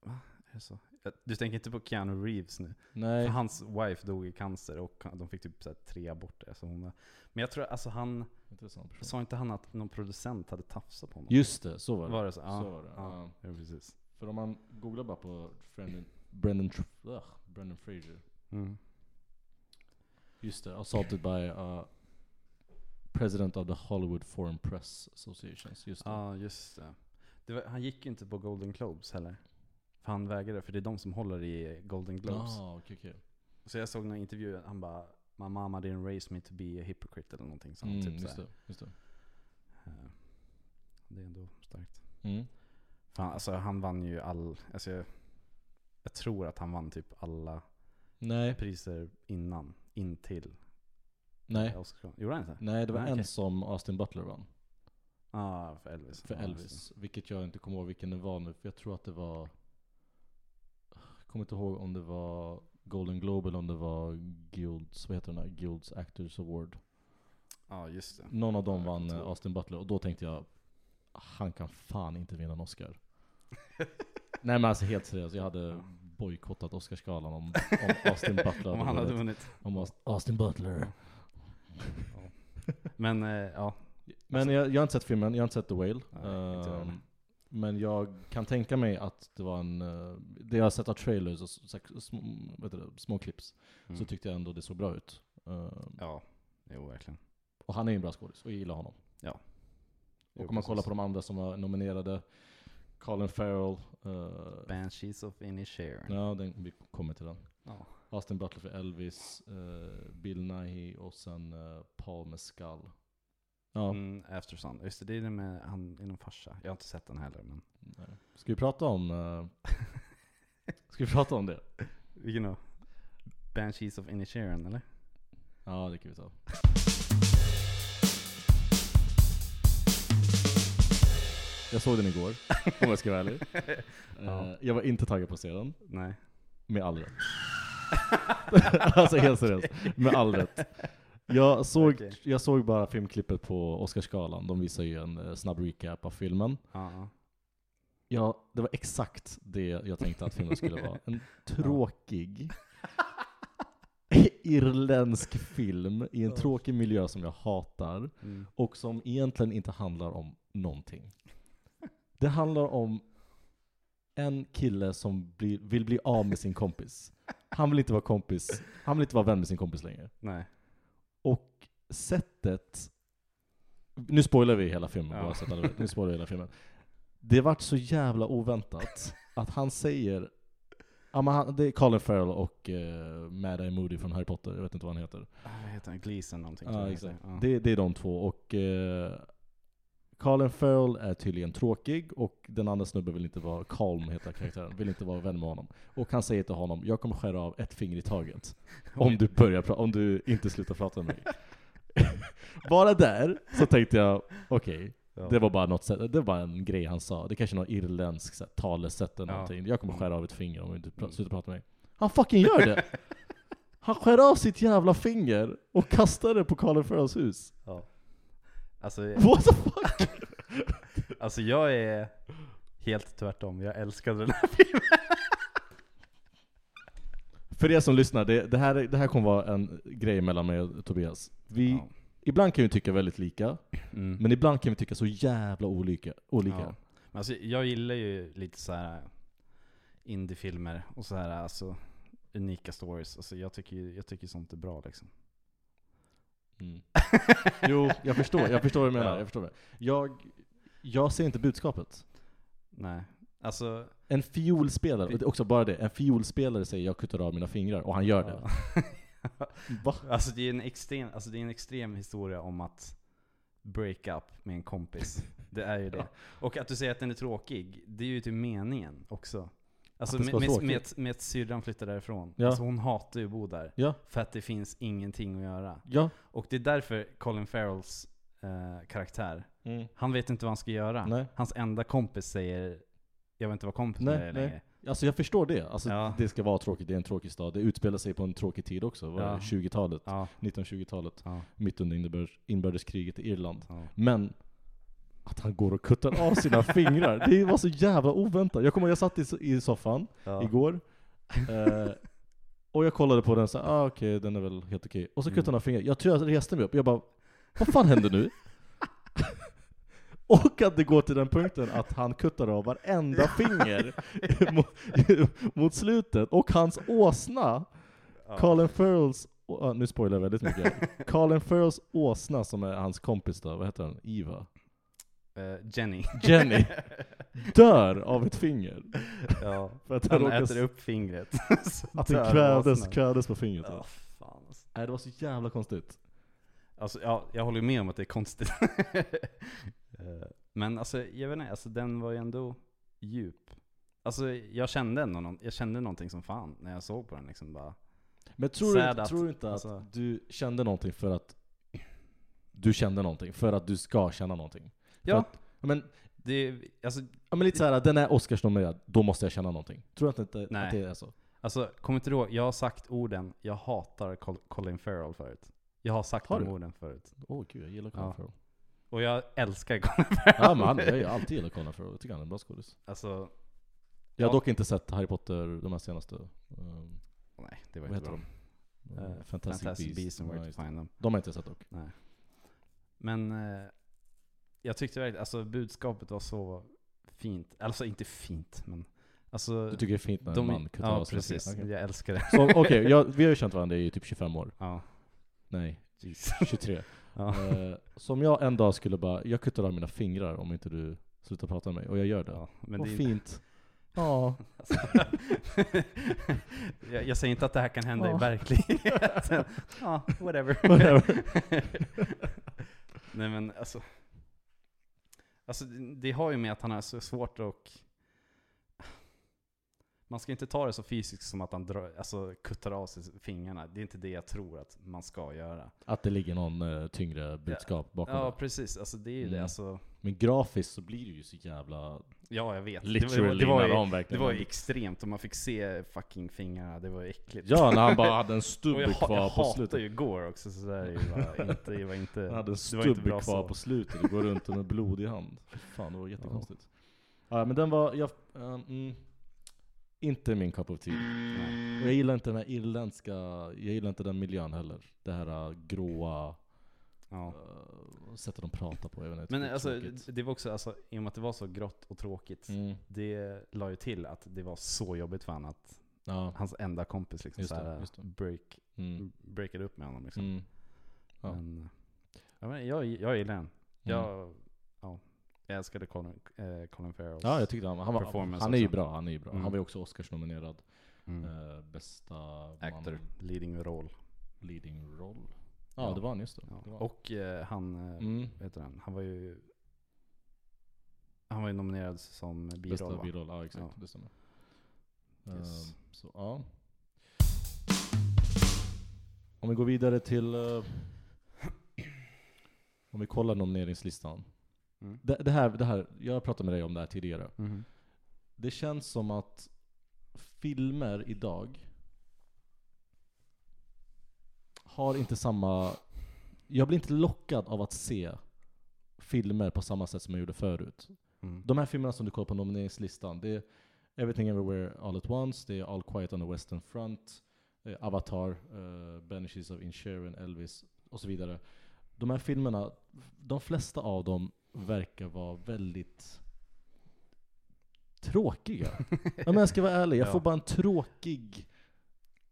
Speaker 3: Va? Är det så? Jag- Du tänker inte på Keanu Reeves nu?
Speaker 2: Nej.
Speaker 3: För hans wife dog i cancer och han- de fick typ så här tre aborter. Så hon, men jag tror, alltså han,
Speaker 2: Intressant person.
Speaker 3: sa inte han att någon producent hade tafsat på honom?
Speaker 2: Just det, så var det.
Speaker 3: Var det så? Ja.
Speaker 2: Så var det. ja.
Speaker 3: ja precis.
Speaker 2: För om man googlar bara på Brendan, Brendan, Tr- ugh, Brendan Fraser.
Speaker 3: Mm.
Speaker 2: Just det, assaulted by uh, President of the Hollywood Foreign Press Associations. Just det.
Speaker 3: Ja, just det. det var, han gick ju inte på Golden Globes heller. För han vägrade, för det är de som håller i Golden Globes.
Speaker 2: Ah, okej, okej.
Speaker 3: Så jag såg någon intervju, han bara My mama didn't raise me to be a hypocrite eller någonting sånt.
Speaker 2: Mm,
Speaker 3: typ
Speaker 2: just
Speaker 3: så
Speaker 2: det. Just det.
Speaker 3: här. Eh, det är ändå starkt.
Speaker 2: Mm.
Speaker 3: För han, alltså, han vann ju all, alltså, jag, jag tror att han vann typ alla
Speaker 2: Nej,
Speaker 3: priser innan, in till
Speaker 2: nej. Mm.
Speaker 3: Oscar. Gjorde han inte?
Speaker 2: Nej, det var
Speaker 3: Ah,
Speaker 2: en
Speaker 3: okej.
Speaker 2: som Austin Butler vann.
Speaker 3: Ja, ah, för Elvis.
Speaker 2: För
Speaker 3: Ja, just
Speaker 2: Elvis. Vilket jag inte kommer ihåg vilken det var nu. För jag tror att det var... Jag kommer inte ihåg om det var Golden Globe eller om det var Guilds, vad heter den här? Guilds Actors Award.
Speaker 3: det. Ja, just det.
Speaker 2: Någon av
Speaker 3: Ja,
Speaker 2: dem
Speaker 3: jag
Speaker 2: vann
Speaker 3: kommer inte
Speaker 2: eh,
Speaker 3: ihåg.
Speaker 2: Austin Butler och då tänkte jag han kan fan inte vinna en Oscar. Nej men alltså helt seriöst, jag hade
Speaker 3: Ja.
Speaker 2: bojkottat Oscarsgalan om, om Austin Butler
Speaker 3: Om han hade
Speaker 2: vunnit.
Speaker 3: vunnit.
Speaker 2: Om Aus- Austin Butler.
Speaker 3: Men eh, ja, alltså-
Speaker 2: Men jag, jag har inte sett filmen, jag har inte sett The Whale.
Speaker 3: Nej, inte jag
Speaker 2: Ehm,
Speaker 3: heller.
Speaker 2: men jag kan tänka mig att det var en... eh, Det jag har sett av trailers och s- s- små, vad heter det, små clips,
Speaker 3: Mm.
Speaker 2: så tyckte jag ändå det såg bra ut. Ehm,
Speaker 3: ja. Jo, verkligen.
Speaker 2: och han är ju en bra skådis, och jag gillar honom.
Speaker 3: Ja.
Speaker 2: Och om man kollar på de andra som var nominerade, Colin Farrell, eh,
Speaker 3: Banshees of Inisherin.
Speaker 2: ja, den, vi kommer till den.
Speaker 3: Ja.
Speaker 2: Austin Butler för Elvis, eh, Bill Nighy och sen eh, Paul Mescal. Ja,
Speaker 3: Mm, After Sun. Just det, det är det med han, inom farsa. Jag har inte sett den heller men.
Speaker 2: nej. Ska vi prata om... eh, ska vi prata om det?
Speaker 3: Vilken då? Banshees of Inisherin eller?
Speaker 2: Ja, det kan vi ta. Jag såg den igår, om jag ska vara ärlig.
Speaker 3: Ja.
Speaker 2: Eh, Jag var inte taggad på att se den,
Speaker 3: Nej.
Speaker 2: med all rätt. alltså helt seriöst, med all rätt. Jag såg,
Speaker 3: Okej.
Speaker 2: jag såg bara filmklippet på Oscarsgalan, de visar ju en eh, snabb recap av filmen.
Speaker 3: Ja, ja.
Speaker 2: Ja, det var exakt det jag tänkte att filmen skulle vara. En tråkig, irländsk film i en tråkig miljö som jag hatar.
Speaker 3: Mm.
Speaker 2: och som egentligen inte handlar om någonting. Det handlar om en kille som blir, vill bli av med sin kompis. Han vill inte vara kompis, han vill inte vara vän med sin kompis längre.
Speaker 3: Nej.
Speaker 2: Och sättet... Nu spoilar vi hela filmen
Speaker 3: Ja.
Speaker 2: bara så att alla vet. Nu spoilar vi hela filmen. Det vart så jävla oväntat att han säger... Ja, men han, det är Colin Farrell och uh, Mad Eye Moody från Harry Potter, jag vet inte vad han heter.
Speaker 3: Ah, vad heter han? Gleason någonting. tror
Speaker 2: Ja,
Speaker 3: jag
Speaker 2: exakt.
Speaker 3: heter. Ja.
Speaker 2: Det, det är de två. Och eh, Colin Farrell är tydligen tråkig och den andra snubben vill inte vara, Calm heter karaktären, vill inte vara vän med honom. Och han säger till honom, jag kommer skära av ett finger i taget om du, börjar pra- om du inte slutar prata med mig. bara där så tänkte jag, okej,
Speaker 3: Ja.
Speaker 2: det var bara något sätt, det var bara en grej han sa. Det kanske är något irländsk så här, talesätt eller
Speaker 3: Ja.
Speaker 2: någonting. Jag kommer skära av ett finger om du inte pra-
Speaker 3: Mm.
Speaker 2: slutar prata med mig. Han fucking gör det! Han skär av sitt jävla finger och kastar det på Colin Farrells hus.
Speaker 3: Ja. Alltså,
Speaker 2: What the fuck?
Speaker 3: alltså jag är helt tvärtom. Jag älskade den här.
Speaker 2: För er som lyssnar, det, det, här, det här kommer vara en grej mellan mig och Tobias. Vi,
Speaker 3: Ja.
Speaker 2: Ibland kan vi tycka väldigt lika,
Speaker 3: Mm.
Speaker 2: men ibland kan vi tycka så jävla olika. olika.
Speaker 3: Ja. Men alltså, jag gillar ju lite så här äh, indiefilmer och så här alltså unika stories. Alltså, jag tycker ju- jag tycker sånt är bra liksom.
Speaker 2: Mm. Jo, jag förstår, jag förstår vad du menar. Jag, förstår det. Jag, jag ser inte budskapet.
Speaker 3: Nej, alltså.
Speaker 2: En fiolspelare, och det är också bara det, en fiolspelare säger 'jag kuttar av mina fingrar' och han gör det. Va?
Speaker 3: alltså, det är en extrem, alltså det är en extrem historia om att break up med en kompis. Det är ju det. Och att du säger att den är tråkig, det är ju typ meningen också. Alltså
Speaker 2: Att den
Speaker 3: med,
Speaker 2: ska
Speaker 3: med,
Speaker 2: vara tråkig.
Speaker 3: med, att- med att syrran flyttar därifrån.
Speaker 2: Ja.
Speaker 3: Alltså hon hatar ju att bo där.
Speaker 2: Ja,
Speaker 3: För att det finns ingenting att göra.
Speaker 2: ja,
Speaker 3: Och det är därför Colin Farrells eh, karaktär.
Speaker 2: Mm.
Speaker 3: Han vet inte vad han ska göra.
Speaker 2: Nej.
Speaker 3: Hans enda kompis säger jag vill inte vara kompis med
Speaker 2: Nej,
Speaker 3: dig
Speaker 2: nej.
Speaker 3: längre.
Speaker 2: Alltså jag förstår det. Alltså
Speaker 3: Ja.
Speaker 2: det ska vara tråkigt, det är en tråkig stad. Det utspelar sig på en tråkig tid också. Vad är
Speaker 3: Ja.
Speaker 2: det? 20-talet?
Speaker 3: Ja,
Speaker 2: 1920-talet.
Speaker 3: ja,
Speaker 2: Mitt under inbördes- inbördeskriget i Irland.
Speaker 3: ja.
Speaker 2: Men att han går och kuttar av sina fingrar, det var så jävla oväntat. Jag kommer ihåg, jag satt i, s- i soffan
Speaker 3: ja.
Speaker 2: igår, eh, och jag kollade på den så här, ah, okej den är väl helt okej. Och så
Speaker 3: Mm.
Speaker 2: kuttade han av fingrar. Jag tror jag reste mig upp, jag bara, vad fan händer nu? Och att det går till den punkten att han kuttar av varenda finger mot, mot slutet, och hans åsna
Speaker 3: Ja.
Speaker 2: Colin Farrells, å- ah, nu spoilar jag väldigt mycket. Colin Farrells åsna som är hans kompis då, vad heter han? Iva?
Speaker 3: Eh, Jenny.
Speaker 2: Jenny dör av ett finger.
Speaker 3: ja.
Speaker 2: För att han,
Speaker 3: Han
Speaker 2: råkar,
Speaker 3: äter upp fingret. Så
Speaker 2: Att
Speaker 3: dör
Speaker 2: den kvävdes,
Speaker 3: åsnan.
Speaker 2: kvävdes på fingret.
Speaker 3: Ja,
Speaker 2: Ja.
Speaker 3: fan alltså.
Speaker 2: Nej, det var så jävla konstigt.
Speaker 3: Alltså, ja, jag håller ju med om att det är konstigt. Eh, Men alltså, jag vet inte, alltså, den var ju ändå djup. Alltså, jag kände ändå någon, jag kände någonting som fan när jag såg på den liksom bara.
Speaker 2: Men tror du,
Speaker 3: Sad
Speaker 2: inte-
Speaker 3: att-
Speaker 2: tror du inte att
Speaker 3: alltså-
Speaker 2: du kände någonting för att du kände någonting? För att du ska känna någonting? För
Speaker 3: Ja.
Speaker 2: Att, ja, men,
Speaker 3: Det, alltså,
Speaker 2: ja, men lite såhär, den är Oscarsnominerad, då måste jag känna någonting. Tror du inte att
Speaker 3: Nej.
Speaker 2: det är så?
Speaker 3: alltså, kom inte ihåg, jag har sagt orden, jag hatar Col- Colin Farrell förut. Jag har sagt
Speaker 2: Har
Speaker 3: de
Speaker 2: du?
Speaker 3: orden förut.
Speaker 2: Åh gud, jag gillar Colin
Speaker 3: Ja.
Speaker 2: Farrell.
Speaker 3: Och jag älskar Colin
Speaker 2: Ja men han, jag har ju alltid gillat Colin Farrell, jag tycker han är en bra skådis.
Speaker 3: Alltså,
Speaker 2: Jag har
Speaker 3: Ja.
Speaker 2: dock inte sett Harry Potter, de här senaste. ehm,
Speaker 3: nej, det var
Speaker 2: vad
Speaker 3: inte
Speaker 2: heter
Speaker 3: bra.
Speaker 2: de?
Speaker 3: Eh,
Speaker 2: Eh, Fantastic,
Speaker 3: Fantastic
Speaker 2: Beasts.
Speaker 3: Beasts and Where
Speaker 2: Ja,
Speaker 3: to
Speaker 2: just det.
Speaker 3: Find Them.
Speaker 2: De har jag inte sett dock.
Speaker 3: Nej. Men eh, jag tyckte verkligen, alltså budskapet var så fint. Alltså inte fint, men alltså...
Speaker 2: Du tycker det är fint när en man kuttar
Speaker 3: Ja,
Speaker 2: av sina
Speaker 3: precis.
Speaker 2: fingrar? Okej.
Speaker 3: Jag älskar det.
Speaker 2: Så Okej, jag- vi har ju känt varandra i typ 25 år.
Speaker 3: Ja,
Speaker 2: Nej,
Speaker 3: jeez.
Speaker 2: 23.
Speaker 3: Ja.
Speaker 2: Eh, som jag en dag skulle bara, jag kuttar av mina fingrar om inte du slutar prata med mig. Och jag gör det.
Speaker 3: Ja, men
Speaker 2: Vad
Speaker 3: det är
Speaker 2: fint. Ja.
Speaker 3: Alltså, jag, jag säger inte att det här kan hända
Speaker 2: Ja.
Speaker 3: i verkligheten. Ja, whatever.
Speaker 2: Whatever.
Speaker 3: Nej men alltså. Alltså det- det har ju med att han är så svårt och man ska inte ta det så fysiskt som att han drar, alltså, kuttar av sig fingrarna. Det är inte det jag tror att man ska göra.
Speaker 2: Att det ligger någon eh, tyngre budskap bakom
Speaker 3: Ja,
Speaker 2: det.
Speaker 3: precis. Alltså, det är ju det.
Speaker 2: Mm.
Speaker 3: Alltså,
Speaker 2: Men grafiskt så blir det ju så jävla
Speaker 3: ja, jag vet. Det var-
Speaker 2: literally Mm.
Speaker 3: det, var,
Speaker 2: när
Speaker 3: ju,
Speaker 2: de verkligen
Speaker 3: det var ju extremt och man fick se fucking fingrarna. Det var ju äckligt.
Speaker 2: Ja, när han bara hade
Speaker 3: Och
Speaker 2: en
Speaker 3: jag,
Speaker 2: stubb
Speaker 3: ha- jag
Speaker 2: kvar på
Speaker 3: hatar
Speaker 2: slutet.
Speaker 3: ju Gore också, så det där är ju bara inte, det var inte,
Speaker 2: Han hade
Speaker 3: det
Speaker 2: en
Speaker 3: var inte
Speaker 2: stubb
Speaker 3: bra
Speaker 2: kvar
Speaker 3: så.
Speaker 2: på slutet och går runt med blodig hand. Fy Fan, det var jättekonstigt. Ja, men den var... Jag, ehm, mm, inte min cup of tea.
Speaker 3: Nej.
Speaker 2: Och jag gillar inte den här irländska... Jag gillar inte den miljön heller. Det här eh, gråa
Speaker 3: Ja.
Speaker 2: eh, sättet de pratar på. Jag vet inte,
Speaker 3: Men
Speaker 2: det är
Speaker 3: alltså,
Speaker 2: tråkigt.
Speaker 3: det var också, alltså, i och med att det var så grått och tråkigt,
Speaker 2: Mm,
Speaker 3: det la ju till att det var så jobbigt för honom att
Speaker 2: ja.
Speaker 3: hans enda kompis liksom
Speaker 2: Just det,
Speaker 3: såhär,
Speaker 2: just det.
Speaker 3: break,
Speaker 2: Mm,
Speaker 3: breakade upp med honom liksom.
Speaker 2: mm, ja. Mm.
Speaker 3: Men, ja, men jag, jag gillar den. Jag, ja, jag älskade Colin, eh, Colin Farrell.
Speaker 2: ja, jag tyckte han, han var...
Speaker 3: Performance
Speaker 2: Han är ju
Speaker 3: också.
Speaker 2: bra, han är ju bra.
Speaker 3: Mm.
Speaker 2: Han var ju också Oscarsnominerad.
Speaker 3: mm.
Speaker 2: Eh, bästa
Speaker 3: Actor,
Speaker 2: man
Speaker 3: leading roll.
Speaker 2: leading roll. Ja,
Speaker 3: Ja.
Speaker 2: det var han, just det. det
Speaker 3: Ja.
Speaker 2: var. han.
Speaker 3: Och eh, han, eh,
Speaker 2: Mm.
Speaker 3: vad heter han? Han var ju han var ju nominerad som biroll
Speaker 2: Bästa
Speaker 3: va?
Speaker 2: biroll, ja exakt.
Speaker 3: Ja.
Speaker 2: Det stämmer.
Speaker 3: Yes.
Speaker 2: Ehm, så ja. Om vi går vidare till... eh, om vi kollar nomineringslistan.
Speaker 3: Mm.
Speaker 2: Det, det, här, det här, jag pratade med dig om det här tidigare.
Speaker 3: Mhm.
Speaker 2: Det känns som att filmer idag har inte samma... Jag blir inte lockad av att se filmer på samma sätt som jag gjorde förut.
Speaker 3: Mm.
Speaker 2: De här filmerna som du kollar på nomineringslistan, det är Everything Everywhere All At Once, det är All Quiet On The Western Front, eh, Avatar, eh, Banishes of Insharon, Elvis och så vidare. De här filmerna, de flesta av dem verkar vara väldigt tråkiga. ja, men jag ska vara ärlig, jag
Speaker 3: Ja.
Speaker 2: får bara en tråkig...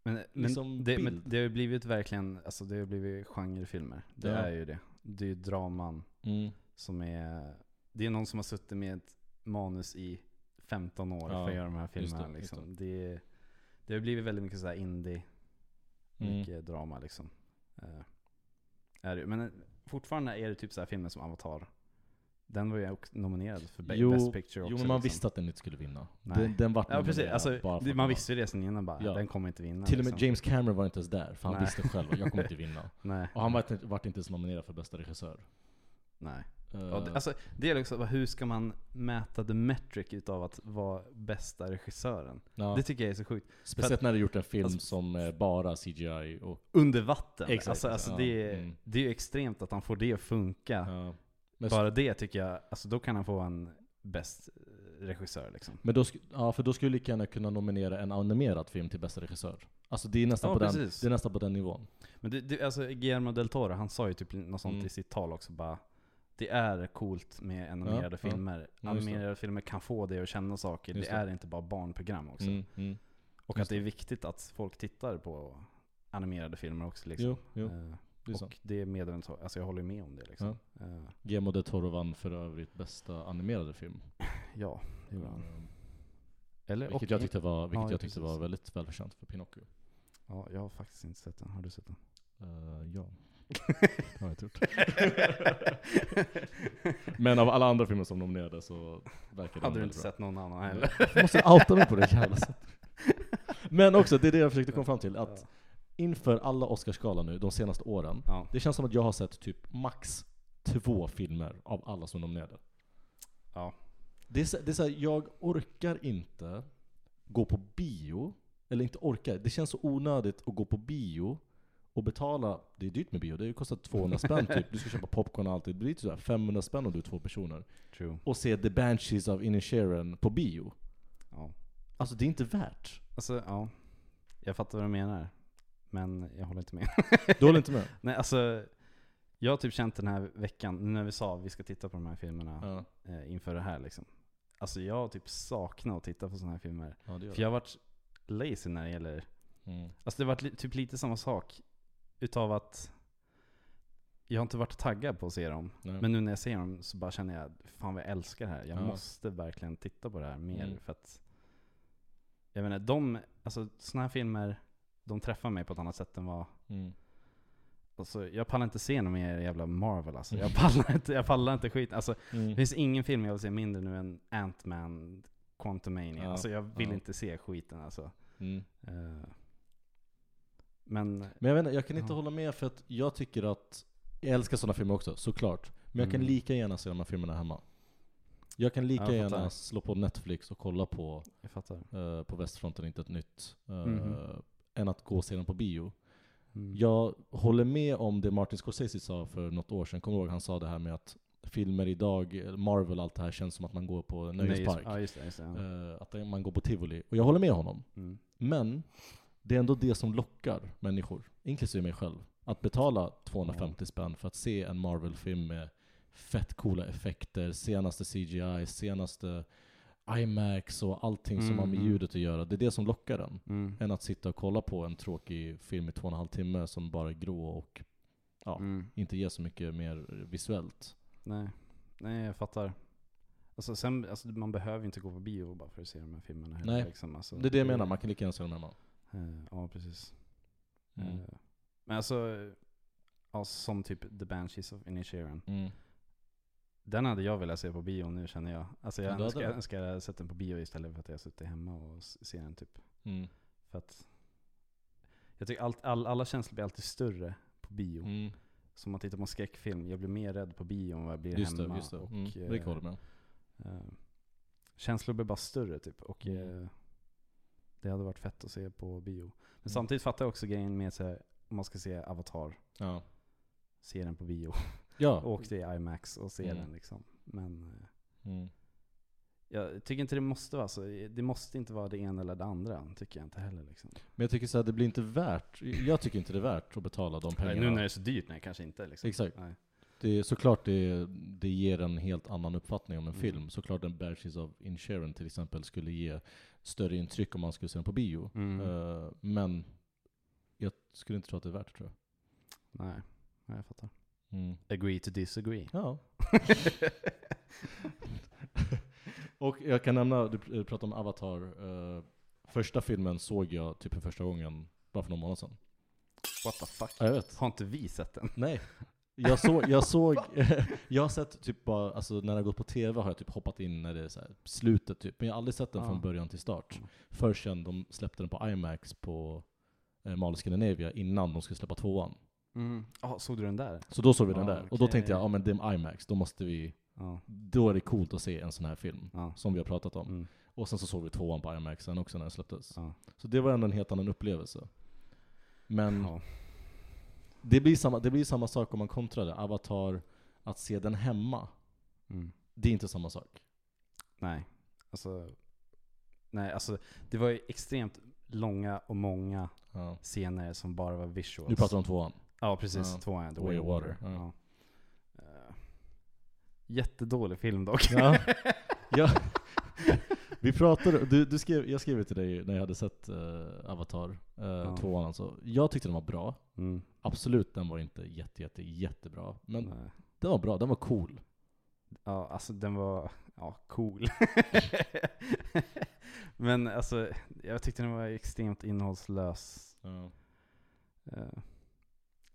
Speaker 3: Men, men,
Speaker 2: liksom
Speaker 3: det, men
Speaker 2: bild.
Speaker 3: det har ju blivit verkligen, alltså det har blivit genrefilmer. Det
Speaker 2: Ja.
Speaker 3: är ju det. Det är ju draman
Speaker 2: Mm,
Speaker 3: som är, det är någon som har suttit med ett manus i 15 år
Speaker 2: Ja,
Speaker 3: för att göra de här
Speaker 2: det,
Speaker 3: filmerna.
Speaker 2: just
Speaker 3: liksom. det. Det, har blivit väldigt mycket så här indie,
Speaker 2: Mm.
Speaker 3: mycket drama liksom. Eh, är det. Men eh, fortfarande är det typ så här filmer som Avatar. Den var ju också nominerad för Be-
Speaker 2: Jo,
Speaker 3: Best Picture också.
Speaker 2: Jo men man
Speaker 3: liksom.
Speaker 2: visste att den inte skulle vinna.
Speaker 3: Nej.
Speaker 2: Den, den vart
Speaker 3: Ja precis,
Speaker 2: nominerad
Speaker 3: alltså,
Speaker 2: bara för
Speaker 3: det,
Speaker 2: att
Speaker 3: man
Speaker 2: den var-
Speaker 3: visste ju det sen innan bara,
Speaker 2: Ja.
Speaker 3: den kommer inte vinna.
Speaker 2: Till och med
Speaker 3: liksom.
Speaker 2: James Cameron var inte ens där, för han
Speaker 3: Nej.
Speaker 2: visste själv att jag kommer inte vinna.
Speaker 3: Nej.
Speaker 2: Och han vart, vart inte ens nominerad för bästa regissör.
Speaker 3: Nej.
Speaker 2: Eh,
Speaker 3: Ja, det, alltså, det är liksom, bara, hur ska man mäta the metric utav att vara bästa regissören?
Speaker 2: ja.
Speaker 3: Det tycker jag är så sjukt.
Speaker 2: speciellt när du gjort en film
Speaker 3: alltså-
Speaker 2: som är bara CGI och...
Speaker 3: Under vatten.
Speaker 2: Exakt,
Speaker 3: alltså, alltså,
Speaker 2: ja,
Speaker 3: det, är,
Speaker 2: mm.
Speaker 3: det är ju extremt att han får det att funka.
Speaker 2: ja. Men,
Speaker 3: Bara det tycker jag, alltså då kan han få en bäst eh, regissör liksom.
Speaker 2: men då, sk- ja, för då skulle du lika gärna kunna nominera en animerad film till bästa regissör. Alltså det är nästan,
Speaker 3: Ja,
Speaker 2: på, den,
Speaker 3: precis.
Speaker 2: det är nästan på den nivån.
Speaker 3: Men det, det, alltså Guillermo del Toro, han sa ju typ något sånt
Speaker 2: Mm.
Speaker 3: i sitt tal också bara Det är coolt med animerade
Speaker 2: ja.
Speaker 3: filmer.
Speaker 2: Ja, just det.
Speaker 3: animerade filmer kan få dig att känna saker. Det,
Speaker 2: Just det.
Speaker 3: är inte bara barnprogram också.
Speaker 2: Mm, mm.
Speaker 3: Och att det är viktigt att folk tittar på animerade filmer också liksom.
Speaker 2: Jo, jo,
Speaker 3: Eh,
Speaker 2: det är
Speaker 3: och
Speaker 2: sant.
Speaker 3: det är medvetet, alltså jag håller med om det liksom. Eh,
Speaker 2: Guillermo del Toro vann för övrigt bästa animerade film.
Speaker 3: ja, det gjorde han.
Speaker 2: Eh,
Speaker 3: Eller,
Speaker 2: Vilket
Speaker 3: och,
Speaker 2: jag tyckte var, vilket
Speaker 3: ja,
Speaker 2: jag tyckte
Speaker 3: precis.
Speaker 2: var väldigt välförtjänt för Pinocchio.
Speaker 3: Ja, jag har faktiskt inte sett den. Har du sett den?
Speaker 2: Eh, ja, det har jag inte gjort. Men av alla andra filmer som nominerades så verkar
Speaker 3: Hade
Speaker 2: den
Speaker 3: du inte
Speaker 2: väldigt bra.
Speaker 3: sett någon annan heller?
Speaker 2: Jag måste outa mig på det jävla sättet. Men också, det är det jag försökte komma fram till. Att inför alla Oscarsgalar nu, de senaste åren,
Speaker 3: Ja.
Speaker 2: det känns som att jag har sett typ max två filmer av alla som nominerade.
Speaker 3: Ja.
Speaker 2: Det är, så, det är så här, jag orkar inte gå på bio, eller inte orkar, det känns så onödigt att gå på bio och betala, det är dyrt med bio, det kostar 200 spänn typ, du ska köpa popcorn och allt, det blir typ så här 500 spänn om du är två personer.
Speaker 3: True.
Speaker 2: Och se The Banshees of Inisherin på bio.
Speaker 3: Ja.
Speaker 2: Alltså det är inte värt.
Speaker 3: Alltså, ja. Jag fattar vad du menar. Men jag håller inte med.
Speaker 2: Du håller inte med?
Speaker 3: Nej, alltså. Jag har typ känt den här veckan, nu när vi sa att vi ska titta på de här filmerna
Speaker 2: Ja,
Speaker 3: eh, inför det här liksom. Alltså jag har typ saknat att titta på sådana här filmer.
Speaker 2: ja det gör
Speaker 3: För jag har varit lazy när det gäller
Speaker 2: det. Mm.
Speaker 3: Alltså det har varit li- typ lite samma sak. Utav att jag har inte varit taggad på att se dem.
Speaker 2: Nej.
Speaker 3: Men nu när jag ser dem så bara känner jag, fan vad jag älskar det här. Jag
Speaker 2: Ja.
Speaker 3: måste verkligen titta på det här mer.
Speaker 2: Mm.
Speaker 3: För att, jag menar, de, alltså sådana här filmer, de träffar mig på ett annat sätt än vad
Speaker 2: Mm.
Speaker 3: Alltså, jag pallar inte se någon mer jävla Marvel alltså. Jag pallar inte, jag pallar inte skit. Alltså, det
Speaker 2: Mm.
Speaker 3: finns ingen film jag vill se mindre nu än Ant-Man, Quantumania.
Speaker 2: Ja.
Speaker 3: Alltså jag vill
Speaker 2: Ja.
Speaker 3: inte se skiten alltså.
Speaker 2: Mm.
Speaker 3: Eh, Men
Speaker 2: Men jag vet inte, jag kan inte
Speaker 3: Ja.
Speaker 2: hålla med för att jag tycker att, jag älskar sådana filmer också, såklart. Men jag kan
Speaker 3: Mm.
Speaker 2: lika gärna se de här filmerna hemma. Jag kan lika
Speaker 3: Jag fattar.
Speaker 2: gärna slå på Netflix och kolla på
Speaker 3: jag fattar.
Speaker 2: eh, På västfronten, inte ett nytt, eh,
Speaker 3: Mhm.
Speaker 2: än att gå och se den på bio.
Speaker 3: Mm.
Speaker 2: Jag håller med om det Martin Scorsese sa för något år sedan, kommer du ihåg? Han sa det här med att filmer idag, Marvel och allt det här känns som att man går på
Speaker 3: Nej, just-
Speaker 2: nöjespark.
Speaker 3: Ja, just det. Just det ja.
Speaker 2: Eh, att man går på tivoli. Och jag håller med honom.
Speaker 3: mm.
Speaker 2: Men det är ändå det som lockar människor, inklusive mig själv, att betala 250 spänn för att se en Marvel-film med fett coola effekter, senaste CGI, senaste IMAX och allting som har med
Speaker 3: Mhm.
Speaker 2: ljudet att göra. Det är det som lockar den.
Speaker 3: Mm.
Speaker 2: Än att sitta och kolla på en tråkig film i två och en halv timme som bara är grå och ja.
Speaker 3: Mm.
Speaker 2: inte ger så mycket mer visuellt.
Speaker 3: Nej. Nej, jag fattar. Alltså, sen, alltså, man behöver ju inte gå på bio bara för att se de här filmerna. heller,
Speaker 2: Nej.
Speaker 3: liksom. alltså,
Speaker 2: Det är det jag menar, man kan lika gärna se dem hemma.
Speaker 3: Eh, Ja, precis.
Speaker 2: Mm.
Speaker 3: Eh, Men alltså, ja, som typ The Banshees of Inisherin.
Speaker 2: Mm.
Speaker 3: Den hade jag velat se på bio nu känner jag. Alltså
Speaker 2: Ja,
Speaker 3: jag
Speaker 2: du hade
Speaker 3: önskar,
Speaker 2: det.
Speaker 3: jag önskar jag hade sett den på bio istället för att jag suttit hemma och s- ser den typ.
Speaker 2: Mm.
Speaker 3: För att jag tycker allt, all, alla känslor blir alltid större på bio.
Speaker 2: Mm.
Speaker 3: Som man tittar på en skräckfilm, jag blir mer rädd på bio än vad jag blir
Speaker 2: Just
Speaker 3: hemma.
Speaker 2: det, just det.
Speaker 3: Och,
Speaker 2: Mm.
Speaker 3: eh,
Speaker 2: Det kan jag hålla med om.
Speaker 3: eh, känslor blir bara större typ. Och
Speaker 2: Mm.
Speaker 3: eh, det hade varit fett att se på bio. Men
Speaker 2: Mm.
Speaker 3: samtidigt fattar jag också grejen med så här, om man ska se Avatar,
Speaker 2: Ja.
Speaker 3: se den på bio.
Speaker 2: ja.
Speaker 3: Åk till IMAX och se
Speaker 2: Mm.
Speaker 3: den liksom. Men eh,
Speaker 2: Mm.
Speaker 3: jag tycker inte det måste vara så. Det måste inte vara det ena eller det andra, tycker jag inte heller liksom.
Speaker 2: Men jag tycker så här, det blir inte värt, jag tycker inte det är värt att betala de pengarna.
Speaker 3: Nej, nu när det är så dyrt, nej kanske inte liksom.
Speaker 2: Exakt.
Speaker 3: Nej.
Speaker 2: Det är såklart det, det ger en helt annan uppfattning om en
Speaker 3: Mm.
Speaker 2: film. Såklart en Banshees of Insharon till exempel skulle ge större intryck om man skulle se den på bio.
Speaker 3: Mm.
Speaker 2: Eh, men jag skulle inte tro att det är värt det tror
Speaker 3: nej. Nej, jag fattar.
Speaker 2: jag. Mm.
Speaker 3: Agree to disagree.
Speaker 2: Ja. Och jag kan nämna, du pr- eh, pratade om Avatar. eh, första filmen såg jag typ för första gången bara för någon månad sedan.
Speaker 3: What the fuck?
Speaker 2: Ja, jag vet.
Speaker 3: Har inte vi sett den?
Speaker 2: Nej. Jag såg, jag såg, jag har sett typ bara, alltså när den har gått på tv har jag typ hoppat in när det är så här slutet typ. Men jag har aldrig sett den
Speaker 3: Ja.
Speaker 2: från början till start.
Speaker 3: Mm.
Speaker 2: Förrän de släppte den på IMAX på eh, Mall Scandinavia innan de skulle släppa tvåan.
Speaker 3: Mm. Ah, såg du den där?
Speaker 2: Så då såg vi den
Speaker 3: Ah,
Speaker 2: där. Och då tänkte
Speaker 3: okej.
Speaker 2: jag, ja men det är IMAX, då måste vi,
Speaker 3: Ja.
Speaker 2: då är det coolt att se en sån här film.
Speaker 3: Ja.
Speaker 2: Som vi har pratat om.
Speaker 3: Mm.
Speaker 2: Och sen så såg vi tvåan på IMAX sen också när den släpptes.
Speaker 3: Ja.
Speaker 2: Så det var ändå en helt annan upplevelse. Men
Speaker 3: Ja.
Speaker 2: det, blir samma, det blir samma sak om man kontrade. Avatar, att se den hemma,
Speaker 3: Mm.
Speaker 2: det är inte samma sak.
Speaker 3: Nej. Alltså, nej, alltså det var ju extremt långa och många
Speaker 2: Ja.
Speaker 3: scener som bara var visuals.
Speaker 2: Du pratar om tvåan.
Speaker 3: Ja, precis.
Speaker 2: Ja.
Speaker 3: Tvåan, The
Speaker 2: Way
Speaker 3: Way
Speaker 2: of
Speaker 3: of
Speaker 2: Water,
Speaker 3: Water.
Speaker 2: ja.
Speaker 3: Ja. Eh, Jättedålig film dock.
Speaker 2: Ja. ja. Vi pratade, du, du skrev, jag skrev till dig när jag hade sett eh, Avatar, eh, tvåan alltså. Jag tyckte den var bra.
Speaker 3: Mm.
Speaker 2: Absolut, den var inte jätte, jätte, jättebra. Men
Speaker 3: Nej.
Speaker 2: den var bra, den var cool.
Speaker 3: Eh, Ja, alltså den var ja, cool. Men alltså, jag tyckte den var extremt innehållslös.
Speaker 2: Mm,
Speaker 3: Eh,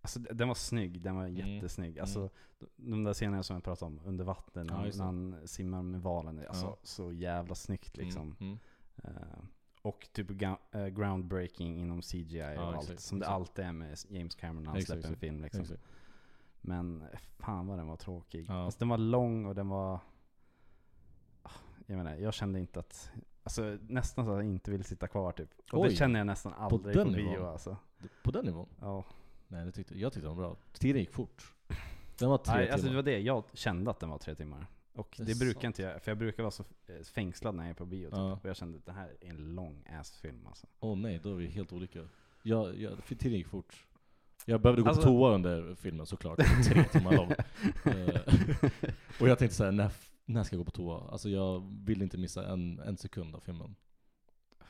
Speaker 3: Alltså d- den var snygg, den var
Speaker 2: Mm,
Speaker 3: jättesnygg. Alltså,
Speaker 2: mm.
Speaker 3: d- De där scenerna som jag pratade om, under vatten,
Speaker 2: Ja,
Speaker 3: när han-
Speaker 2: just
Speaker 3: när
Speaker 2: det.
Speaker 3: han simmar med valen. Alltså
Speaker 2: Ja.
Speaker 3: så jävla snyggt liksom.
Speaker 2: Mm, mm.
Speaker 3: Eh, och typ ga- eh, groundbreaking inom CGI
Speaker 2: Ja,
Speaker 3: och
Speaker 2: exakt,
Speaker 3: allt. Som det
Speaker 2: exakt.
Speaker 3: alltid är med James Cameron när han
Speaker 2: Exakt,
Speaker 3: släpper en
Speaker 2: exakt,
Speaker 3: film liksom.
Speaker 2: Exakt.
Speaker 3: Men eh, fan vad den var tråkig.
Speaker 2: Ja.
Speaker 3: Alltså den var lång och den var... Ah, Jag menar, jag kände inte att... Alltså nästan så att jag inte ville sitta kvar typ. Och
Speaker 2: Oj.
Speaker 3: det känner jag nästan aldrig på,
Speaker 2: den
Speaker 3: bio
Speaker 2: nivån.
Speaker 3: alltså.
Speaker 2: På den nivån?
Speaker 3: Ja.
Speaker 2: Nej, det tyckte, jag tyckte den var bra. Tiden gick fort. Den var tre
Speaker 3: Nej,
Speaker 2: timmar.
Speaker 3: alltså det var det. Jag kände att den var tre timmar. Och
Speaker 2: Det är
Speaker 3: det, brukar
Speaker 2: sant.
Speaker 3: inte jag, för jag brukar vara så eh, fängslad när jag är på bio. Typ.
Speaker 2: Ja.
Speaker 3: Och jag kände att det här är en lång ass film alltså.
Speaker 2: Åh nej, då är vi helt olika. Jag, jag, för tiden gick fort. Jag behövde gå
Speaker 3: Alltså-
Speaker 2: på toa under filmen såklart, den är tre timmar lång. Eh, och jag tänkte såhär, när, f- när ska jag gå på toa? Alltså jag ville inte missa en, en sekund av filmen.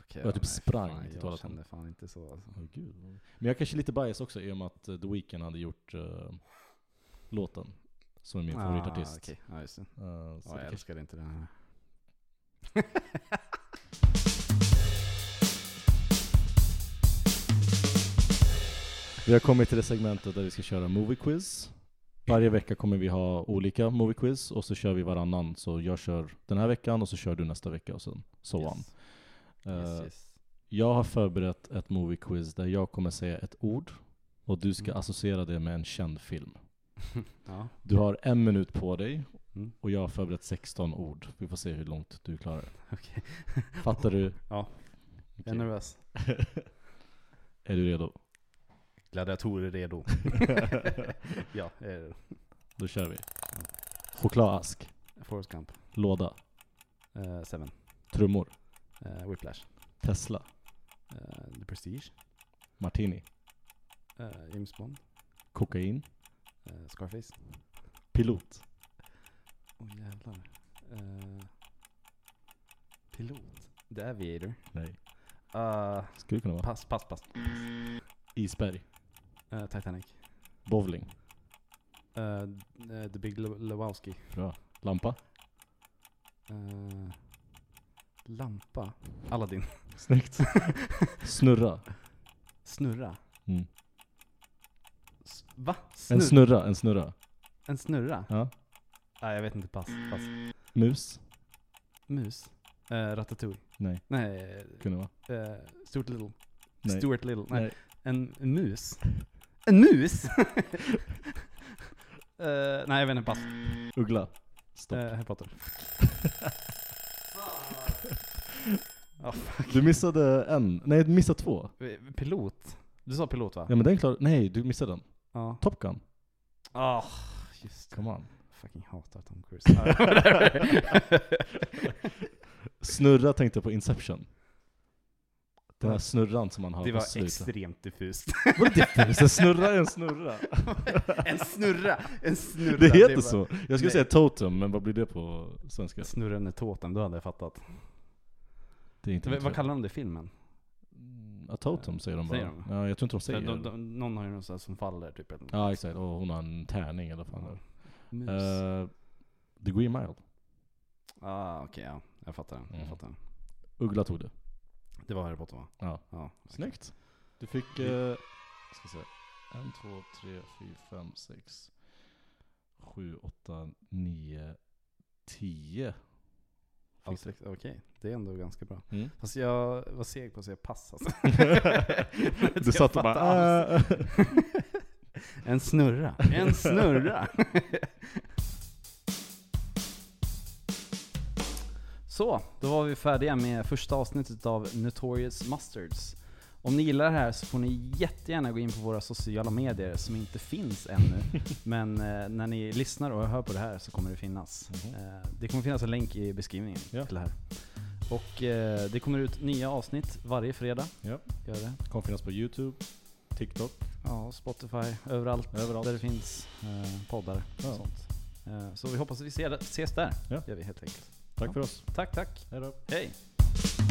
Speaker 3: Okay,
Speaker 2: Jag typ sprang till
Speaker 3: Jag
Speaker 2: toaletten.
Speaker 3: kände fan inte så alltså.
Speaker 2: Åh, gud. Men jag kanske är lite bias också i och med att eh, The Weeknd hade gjort eh, låten, som är min favoritartist.
Speaker 3: Ah, okej. Ja, just det.
Speaker 2: Eh, så
Speaker 3: Ja,
Speaker 2: det
Speaker 3: jag
Speaker 2: kanske-
Speaker 3: älskade inte den här.
Speaker 2: Vi har kommit till det segmentet där vi ska köra movie quiz. Varje vecka kommer vi ha olika movie quiz och så kör vi varannan. Så jag kör den här veckan och så kör du nästa vecka och sen so on.
Speaker 3: Yes. Yes,
Speaker 2: Eh,
Speaker 3: yes.
Speaker 2: Jag har förberett ett movie quiz där jag kommer säga ett ord och du ska
Speaker 3: Mm.
Speaker 2: associera det med en känd film.
Speaker 3: Ja.
Speaker 2: Du har en minut på dig
Speaker 3: Mm.
Speaker 2: och jag har förberett 16 ord. Vi får se hur långt du klarar.
Speaker 3: Okej.
Speaker 2: Fattar du?
Speaker 3: Ja. Jag är
Speaker 2: Okej.
Speaker 3: nervös.
Speaker 2: Är du redo?
Speaker 3: Gladiatorer redo. ja, eh, jag är redo.
Speaker 2: Då kör vi. Chokladask,
Speaker 3: Forrest Gump.
Speaker 2: låda,
Speaker 3: Eh, Seven.
Speaker 2: trummor,
Speaker 3: Eh, Whiplash.
Speaker 2: Tesla,
Speaker 3: Eh, The Prestige.
Speaker 2: martini,
Speaker 3: Eh, James Bond.
Speaker 2: kokain,
Speaker 3: Eh, Scarface.
Speaker 2: pilot.
Speaker 3: Åh jävlar. Eh, pilot. The Aviator.
Speaker 2: Nej.
Speaker 3: Eh,
Speaker 2: Skulle kunna vara.
Speaker 3: pass, pass, pass.
Speaker 2: Isberg,
Speaker 3: Eh, Titanic.
Speaker 2: bowling,
Speaker 3: Eh, eh, the Big Lew- Lebowski.
Speaker 2: bra. Lampa,
Speaker 3: Eh, lampa. Aladdin.
Speaker 2: snyggt. Snurra.
Speaker 3: Snurra.
Speaker 2: Mm.
Speaker 3: S- va? Snur-
Speaker 2: En snurra, en snurra.
Speaker 3: en snurra?
Speaker 2: Ja.
Speaker 3: Nej, jag vet inte. Pass, pass.
Speaker 2: Mus,
Speaker 3: Mus. Eh, Ratatouille.
Speaker 2: nej.
Speaker 3: Nej.
Speaker 2: Kunde vara.
Speaker 3: Eh, Stuart Little.
Speaker 2: Nej.
Speaker 3: Stuart Little. Nej.
Speaker 2: Nej.
Speaker 3: En, en mus? En mus? Eh, nej, jag vet inte. Pass.
Speaker 2: Uggla. Stopp.
Speaker 3: Eh, Harry Potter. Ja, fuck.
Speaker 2: Du missade en. Nej, du missade två.
Speaker 3: Eh, Pilot? Du sa pilot va?
Speaker 2: Ja men den klar. Nej, du missade den.
Speaker 3: Ja.
Speaker 2: Top Gun.
Speaker 3: Ah, just det.
Speaker 2: Come on.
Speaker 3: Fucking hatar Tom Cruise.
Speaker 2: Snurra tänkte jag på Inception. Den här snurran som man har
Speaker 3: det
Speaker 2: på
Speaker 3: var
Speaker 2: slutet.
Speaker 3: extremt diffust.
Speaker 2: Vadå diffust? En snurra är en snurra.
Speaker 3: en snurra! En snurra!
Speaker 2: Det heter
Speaker 3: var-
Speaker 2: så. Jag skulle
Speaker 3: Nej.
Speaker 2: säga totem, men vad blir det på svenska?
Speaker 3: Snurren är tåten, då hade jag fattat.
Speaker 2: Det är inte
Speaker 3: V-
Speaker 2: vad
Speaker 3: vad kallar de det i filmen?
Speaker 2: Ja, totem säger de bara.
Speaker 3: Säger de?
Speaker 2: Ja, jag tror inte de säger
Speaker 3: De, de,
Speaker 2: det.
Speaker 3: de, någon har ju någon sån här som faller typ. eller något.
Speaker 2: Ja exakt, och hon har en tärning eller vad fan det är.
Speaker 3: Mus.
Speaker 2: Eh, The Green Mile.
Speaker 3: ah, okej ja. Jag fattar den.
Speaker 2: Mm.
Speaker 3: Jag fattar den.
Speaker 2: Uggla tog det.
Speaker 3: Det var Harry Potter va?
Speaker 2: Ja.
Speaker 3: ja
Speaker 2: Snyggt. Du fick... Eh, ska se. 1, 2, 3, 4, 5, 6, 7, 8, 9, 10.
Speaker 3: Ja, sex- Okej, det är ändå ganska bra.
Speaker 2: Mm.
Speaker 3: Fast jag var seg på att säga pass alltså.
Speaker 2: du satt och bara...
Speaker 3: Jag fattar alls.
Speaker 2: "Ah."
Speaker 3: En snurra. En snurra. Så, då var vi färdiga med första avsnittet av Notorious Mustards. Om ni gillar det här så får ni jättegärna gå in på våra sociala medier som inte finns ännu. Men eh, när ni lyssnar och hör på det här så kommer det finnas.
Speaker 2: Mhm.
Speaker 3: Eh, det kommer finnas en länk i beskrivningen
Speaker 2: Ja.
Speaker 3: till det här. Och eh, det kommer ut nya avsnitt varje fredag.
Speaker 2: Ja.
Speaker 3: Gör det.
Speaker 2: Kommer finnas på Youtube, TikTok.
Speaker 3: Ja, Spotify, överallt,
Speaker 2: Överallt.
Speaker 3: där det finns eh, poddar och
Speaker 2: Ja.
Speaker 3: sånt. Eh, så vi hoppas att vi ser, ses där.
Speaker 2: Ja.
Speaker 3: Gör vi helt enkelt.
Speaker 2: Tack
Speaker 3: Ja.
Speaker 2: för oss.
Speaker 3: Tack, tack.
Speaker 2: Hej då.
Speaker 3: Hej!